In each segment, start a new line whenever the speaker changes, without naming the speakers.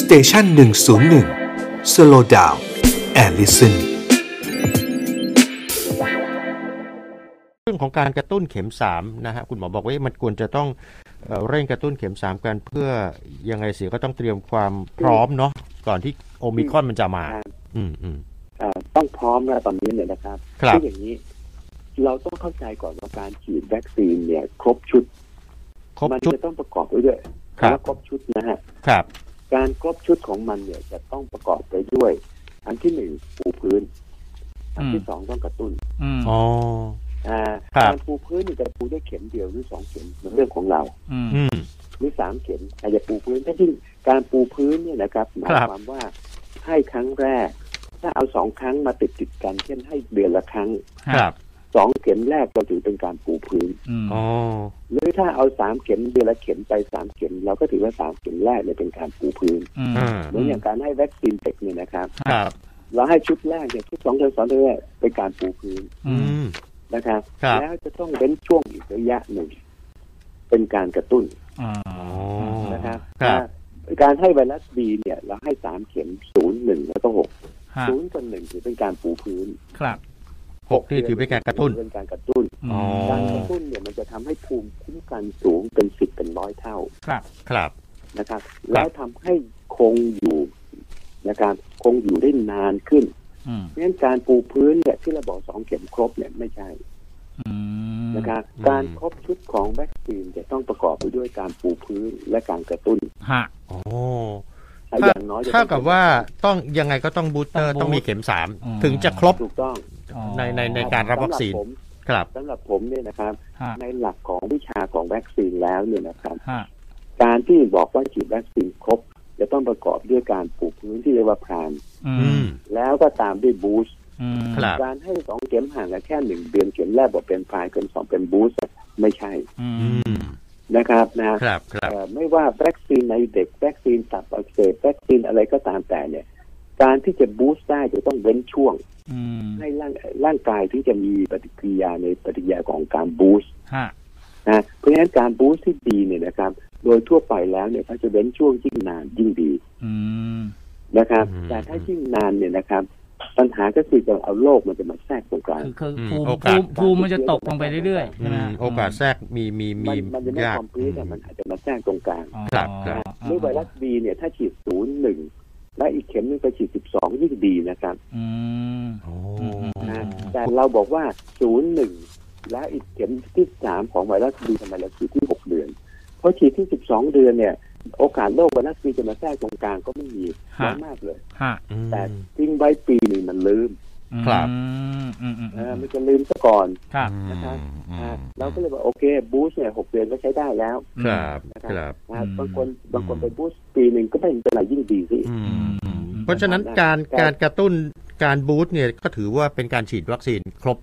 สเตชันหนึ่งศูนย์หนึ่งสโลดาวแอลลิสัน
เรื่องของการกระตุ้นเข็มสามนะฮะคุณหมอบอกว่าเอ๊ะมันควรจะต้องเอ่อเร่งกระตุ้นเข็มสามกันเพื่อยังไงเสียก็ต้องเตรียมความพร้อมเนาะก่อนที่โอมิครอนมันจะมา
ครับ
อืมอืม
เอ่อต้องพร้อมนะตอนนี้เนี่ยนะครับ
ครับ
ออย่างนี้ เราต้องเข้าใจก่อนว่าการฉีดวัคซีนเนี่ย ครบชุด
ครบ
มั
ชุด
จะต้องประกอบไปด้วย
ครับ
คำว่าครบชุดนะฮะ
ครับ
การครบชุดของมันเนี่ยจะต้องประกอบไปด้วย อันที่หนึ่งปูพื้น อันที่
อืม
สองต้องกระตุ้น
อืม
อ๋อ
อ่า
ครับ
การปูพื้นเนี่ยจะปูด้วยเข็มเดียวหรือสองเข็มเป็นเรื่องของเรา
อืม
อืม
หรือสามเข็มอาจจะปูพื้นถ้าที่การปูพื้นเนี่ยนะครับหมาย
ครับ
ความว่าให้ครั้งแรก ถ้าเอาสองครั้งมาติดติดๆกันเช่นให้เดือนละครั้ง
ครับ
สองเข็มแรกเราถือเป็นการปูพื้น
อืม
อ๋อ
หรือถ้าเอาสามเข็มเดือนละเข็มไปสามเข็ม เราก็ถือว่าสามเข็มแรกเนี่ยเป็นการปูพื้น
อืม
อ่า
เหมือนอย่างการให้วัคซีนเด็กเนี่ยนะครับ
ครับ
เราให้ชุดแรกเนี่ยชุดสองเดือนสองเดือนแรกเป็นการปูพื้น
อื
อื
ม
ม
นะครับ
ครับ
แล้วจะต้องเว้นช่วงอีกระยะหนึ่งเป็นการกระตุ้น
อ๋อ
นะครับ
ครับ
ว่าการให้ไวรัสบีเนี่ย เราให้สามเข็มศูนย์หนึ่งแล้วก็หก
ฮะ
ศูนย์กับหนึ่งถือเป็นการปูพื้น
ครับ
หกนี่ถือเป็นการกระตุ้น
เป็นการกระตุ้น
ม
อ๋อ
การกระตุ้นเนี่ยมันจะทำให้ภูมิคุ้มกันสูงเป็นสิบเป็นร้อยเท่า
ครับ
ครับ
นะครับแล้วทำให้คงอยู่นะครับคงอยู่ได้นานขึ้น
อืม
เพราะฉะนั้นการปูพื้นเนี่ยที่เราบอกสองเข็มครบเนี่ยไม่ใช่
อืม
นะครับ
อืม
การครบชุดของวัคซีนจะต้องประกอบไปด้วยการปูพื้นและการกระตุ้น
ฮะ
โอ้
อ
ถ้า
ย่างน้อยจะ
ถ้ากับว่าต้องยังไงก็ต้องบูสเตอร์
ต้
ต้อ
อง ง
มี
บูสต์
เข็มสาม
อ๋อ
ถึงจะครบ
ถูกต้อง
อ๋อ
ในในในการรับวัคซีนครับ
สำหรับผมเนี่ยนะครับ
ฮะ
ในหลักของวิชาของวัคซีนแล้วเนี่ยนะครับ
ฮะ
การที่บอกว่าฉีดวัคซีนครบ จะต้องประกอบด้วยการปูพื้นที่เรียกว่าพราน
อื
อื
ม
ม
แล้วก็ตามด้วยบูส
อืม
ครับ
การให้สองเข็มห่างกันแค่หนึ่งเดือนเข็มแรกบอกเป็นพายเข็มสองเป็นบูสต์ไม่ใช่
อื
อื
ม
ม
นะครับนะครับ
ครับ
เอ่อไม่ว่าวัคซีนในเด็กวัคซีนตับอักเสบวัคซีนอะไรก็ตามแต่เนี่ย การที่จะบูสต์ได้จะต้องเว้นช่วง
อืม
ให้ร่างร่างกายที่จะมีปฏิกิริยาในปฏิกิริยาของการบูสต์
ฮะ
นะเพราะฉะนั้นการบูสต์ที่ดีเนี่ยนะครับ โดยทั่วไปแล้วเนี่ยเขาจะเว้นช่วงยิ่งนานยิ่งดี
อืม
นะครับ
อืม
แต่ถ้ายิ่งนานเนี่ยนะครับ ปัญหาก็คือจะเอาโรคมันจะมาแทรกตรงกลาง
คือคื
ม
ออภูมิ
โอกาส
ภูมิภูมิมันจะตกลงไปเรื่อยๆ
อื
ใช่ไหม
ม
ฮะ
โอกาสแทรกมีมีมี
มันมันจะไม่
ยาก
คอมพลีทอะมันอาจจะมาแทรกตรงกลาง
อ๋อ
ครับครับ
อ๋อ
หรือไวรัสบีเนี่ยถ้าฉีดศูนย์หนึ่งและอีกเข็มหนึงไปฉีดสิบสองยิ่งดีนะครับ
อืม
โอ้
อื
นะ
ม
แต่เราบอกว่าศูนย์หนึ่งและอีกเข็มที่สามของไวรัสบีทำไมเราฉีดที่หกเดือน เพราะฉีดที่สิบสองเดือนเนี่ย โอกาสโรคไวรัสบีจะมาแทรกตรงกลางก็ไม่มี
ฮะ
น้อยมากเลย
ฮะ
แต่ทิ้งไว้ปีหนึ่งมันลืม
ครับ
อืมอืมอืม
เออมันจะลืมซะก่อน
ครับ
นะครับอ่าเราก็เลยบอกโอเคบูสต์เนี่ยหกเดือนก็ใช้ได้แล้ว
ครับ
นะ
ค
ค
รั
รับบ อ่า
อืม
บางคนบางคนไปบูสต์ปีหนึ่งก็ไม่เป็นไรยิ่งดีสิ
อื
อื
ม
มอืมอืม
เพราะฉะนั้นการการกระตุ้นการบูสต์เนี่ยก็ถือว่าเป็นการฉีดวัคซีนครบ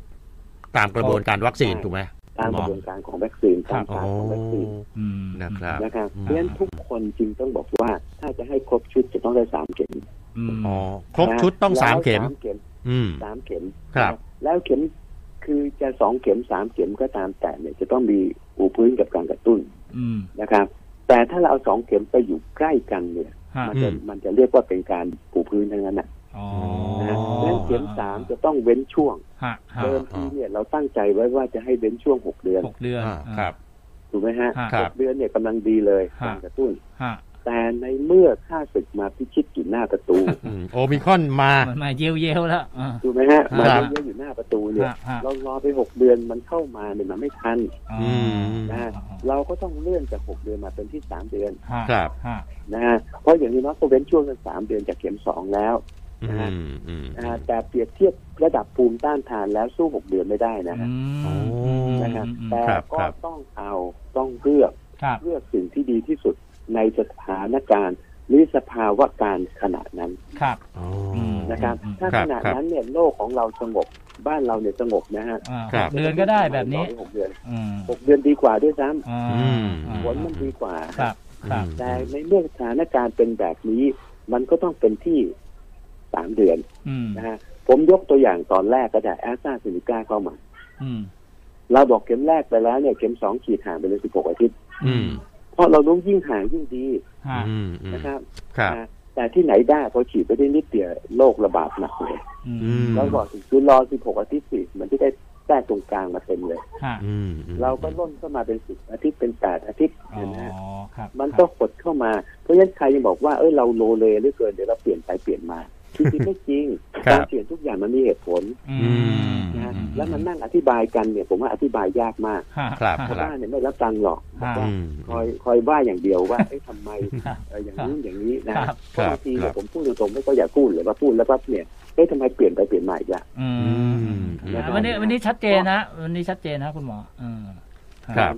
ตามกระบวนการวัคซีนถูกไหม
ตามกระบวนการของวัคซีนตาม
โอ้
ตามของวัคซีน
อืม
นะครับ
นะครับ
อืม
เพราะฉะนั้นทุกคนจริงต้องบอกว่า ถ้าจะให้ครบชุดจะต้องได้สามเข็ม
อืม
อ๋อครบ
นะ
ชุดต้องสามเข็ม
แล้วสามเข็ม
อืม
สามเข็ม
ครับ
แล้วเข็มคือจะสองเข็มสามเข็มก็ตามแต่เนี่ยจะต้องมีอูพื้นกับการกระตุ้น
อืม
นะครับ แต่ถ้าเราเอาสองเข็มไปอยู่ใกล้กันเนี่ย
ฮะ
มันจะมันจะเรียกว่าเป็นการปูพื้นทั้งนั้นนะ
อ๋อ
นะ
อ๋อ
เพราะฉะนั้นเข็มสามจะต้องเว้นช่วง
ฮะฮะ
เดิมทีเนี่ยเราตั้งใจไว้ว่าจะให้เว้นช่วงหกเดือน
หกเดือน
อ่าครับ
ถูกไหมฮะ
ฮะ
ครับ
หกเดือนเนี่ยกำลังดีเลย
ฮะ
การกระตุ้น
ฮะ
แต่ในเมื่อข้าศึกมาพิชิตอยู่หน้าประ ตู
อืมโอมิครอนมา
มันมาเยี่ยวเยี่ยวๆแล้วอ่า
ถูกไหมฮะมา
ครับ
เยอะๆอยู่หน้าประตูเนี่ย
ฮะฮะ
เรารอไปหกเดือนมันเข้ามาเนี่ยมันไม่ทัน
อ๋อ
อืม
นะฮะเราก็ต้องเลื่อนจากหกเดือนมาเป็นที่สามเดือน
ฮะ
ครับ
ฮะ
นะฮะเพราะอย่างนี้เนาะก็เว้นช่วงกันสามเดือนจากเข็มสองแล้ว
อืมอืม
นะฮะแต่เปรียบเทียบระดับภูมิต้านทานแล้วสู้หกเดือนไม่ได้นะ
อื
ฮะ
ม
โอ้
นะครับ
อืม
แต่
ครับ
ก็
ครับ
ต้องเอาต้องเลือก
ครับ
เลือกสิ่งที่ดีที่สุดในสถานการณ์หรือสภาวะการขณะนั้น
ครับ
โอ้
นะครับ
อืม
ถ้า
ครับ
ขณะ
ครับ
นั้นเนี่ยโลกของเราสงบบ้านเราเนี่ยสงบนะฮะ
อ่า
ครั
ห
บ
กเดือนก็ได้แบบนี้
หกเดือน
อืม
หกเดือนดีกว่าด้วยซ้
อ่า
อื
ำผลมันดีกว่า
ครับครับ
แต่ในเมื่อสถานการณ์เป็นแบบนี้ มันก็ต้องเป็นที่สามเดือน
อืม
นะฮะผมยกตัวอย่างตอนแรกก็ได้แอสตราเซเนกาเข้ามา
อืม
เราบอกเข็มแรกไปแล้วเนี่ยเข็มสองขีดห่างไปเลยสิบหกอาทิตย์
อืม
เพราะเรารู้ยิ่งห่างยิ่งดี
ฮะ
อืมอืม
นะครับ
ครับ
อ่า แต่ที่ไหนได้พอฉีดไปได้นิดเดียวโรคระบาดหนักเลย
อื
อื
ม
ม
แล้วบอกถึงคือรอ16อาทิตย์สิมันที่ได้แทรกตรงกลางมาเต็มเลย
ฮะ
อืมอืม
เราก็ล่นเข้ามาเป็นสิบอาทิตย์เป็นแปดอาทิตย์
อ๋อ
เห็นะฮะ
ครับ
มัน
ครับ
ก็หดเข้ามาเพราะฉะนั้นใครยังบอกว่าเอ้ยเราโลเลเหลือเกินเดี๋ยวเราเปลี่ยนไปเปลี่ยนมาจริงๆไม่จริง
ครั
การ
บ
เปลี่ยนทุกอย่างมันมีเหตุผล
อืม
นะฮะแล้วมันนั่งอธิบายกันเนี่ยผมว่าอธิบายยากมาก
ฮะ
ครับ
ฮะ
ชาวบ้านเนี่ยไม่รับฟังหรอก
ครับ
บอกว่า
อืม
คอยคอยว่าอย่างเดียวว่าเอ้ยทำไมเอ่ออย่างนู้นอย่างนี้นะครับ เพราะบางที
ครั
เนี่
บ
ยผมพูดตรงๆไม่ก็อยากพูดเลยว่าพูดแล้วปั๊บเนี่ยเอ้ยทำไมเปลี่ยนไปเปลี่ยนมาอีกละ
อื
อื
ม
ม
วันนี้วันนี้ชัดเจนนะวันนี้ชัดเจนนะคุณหมออืม
ครับ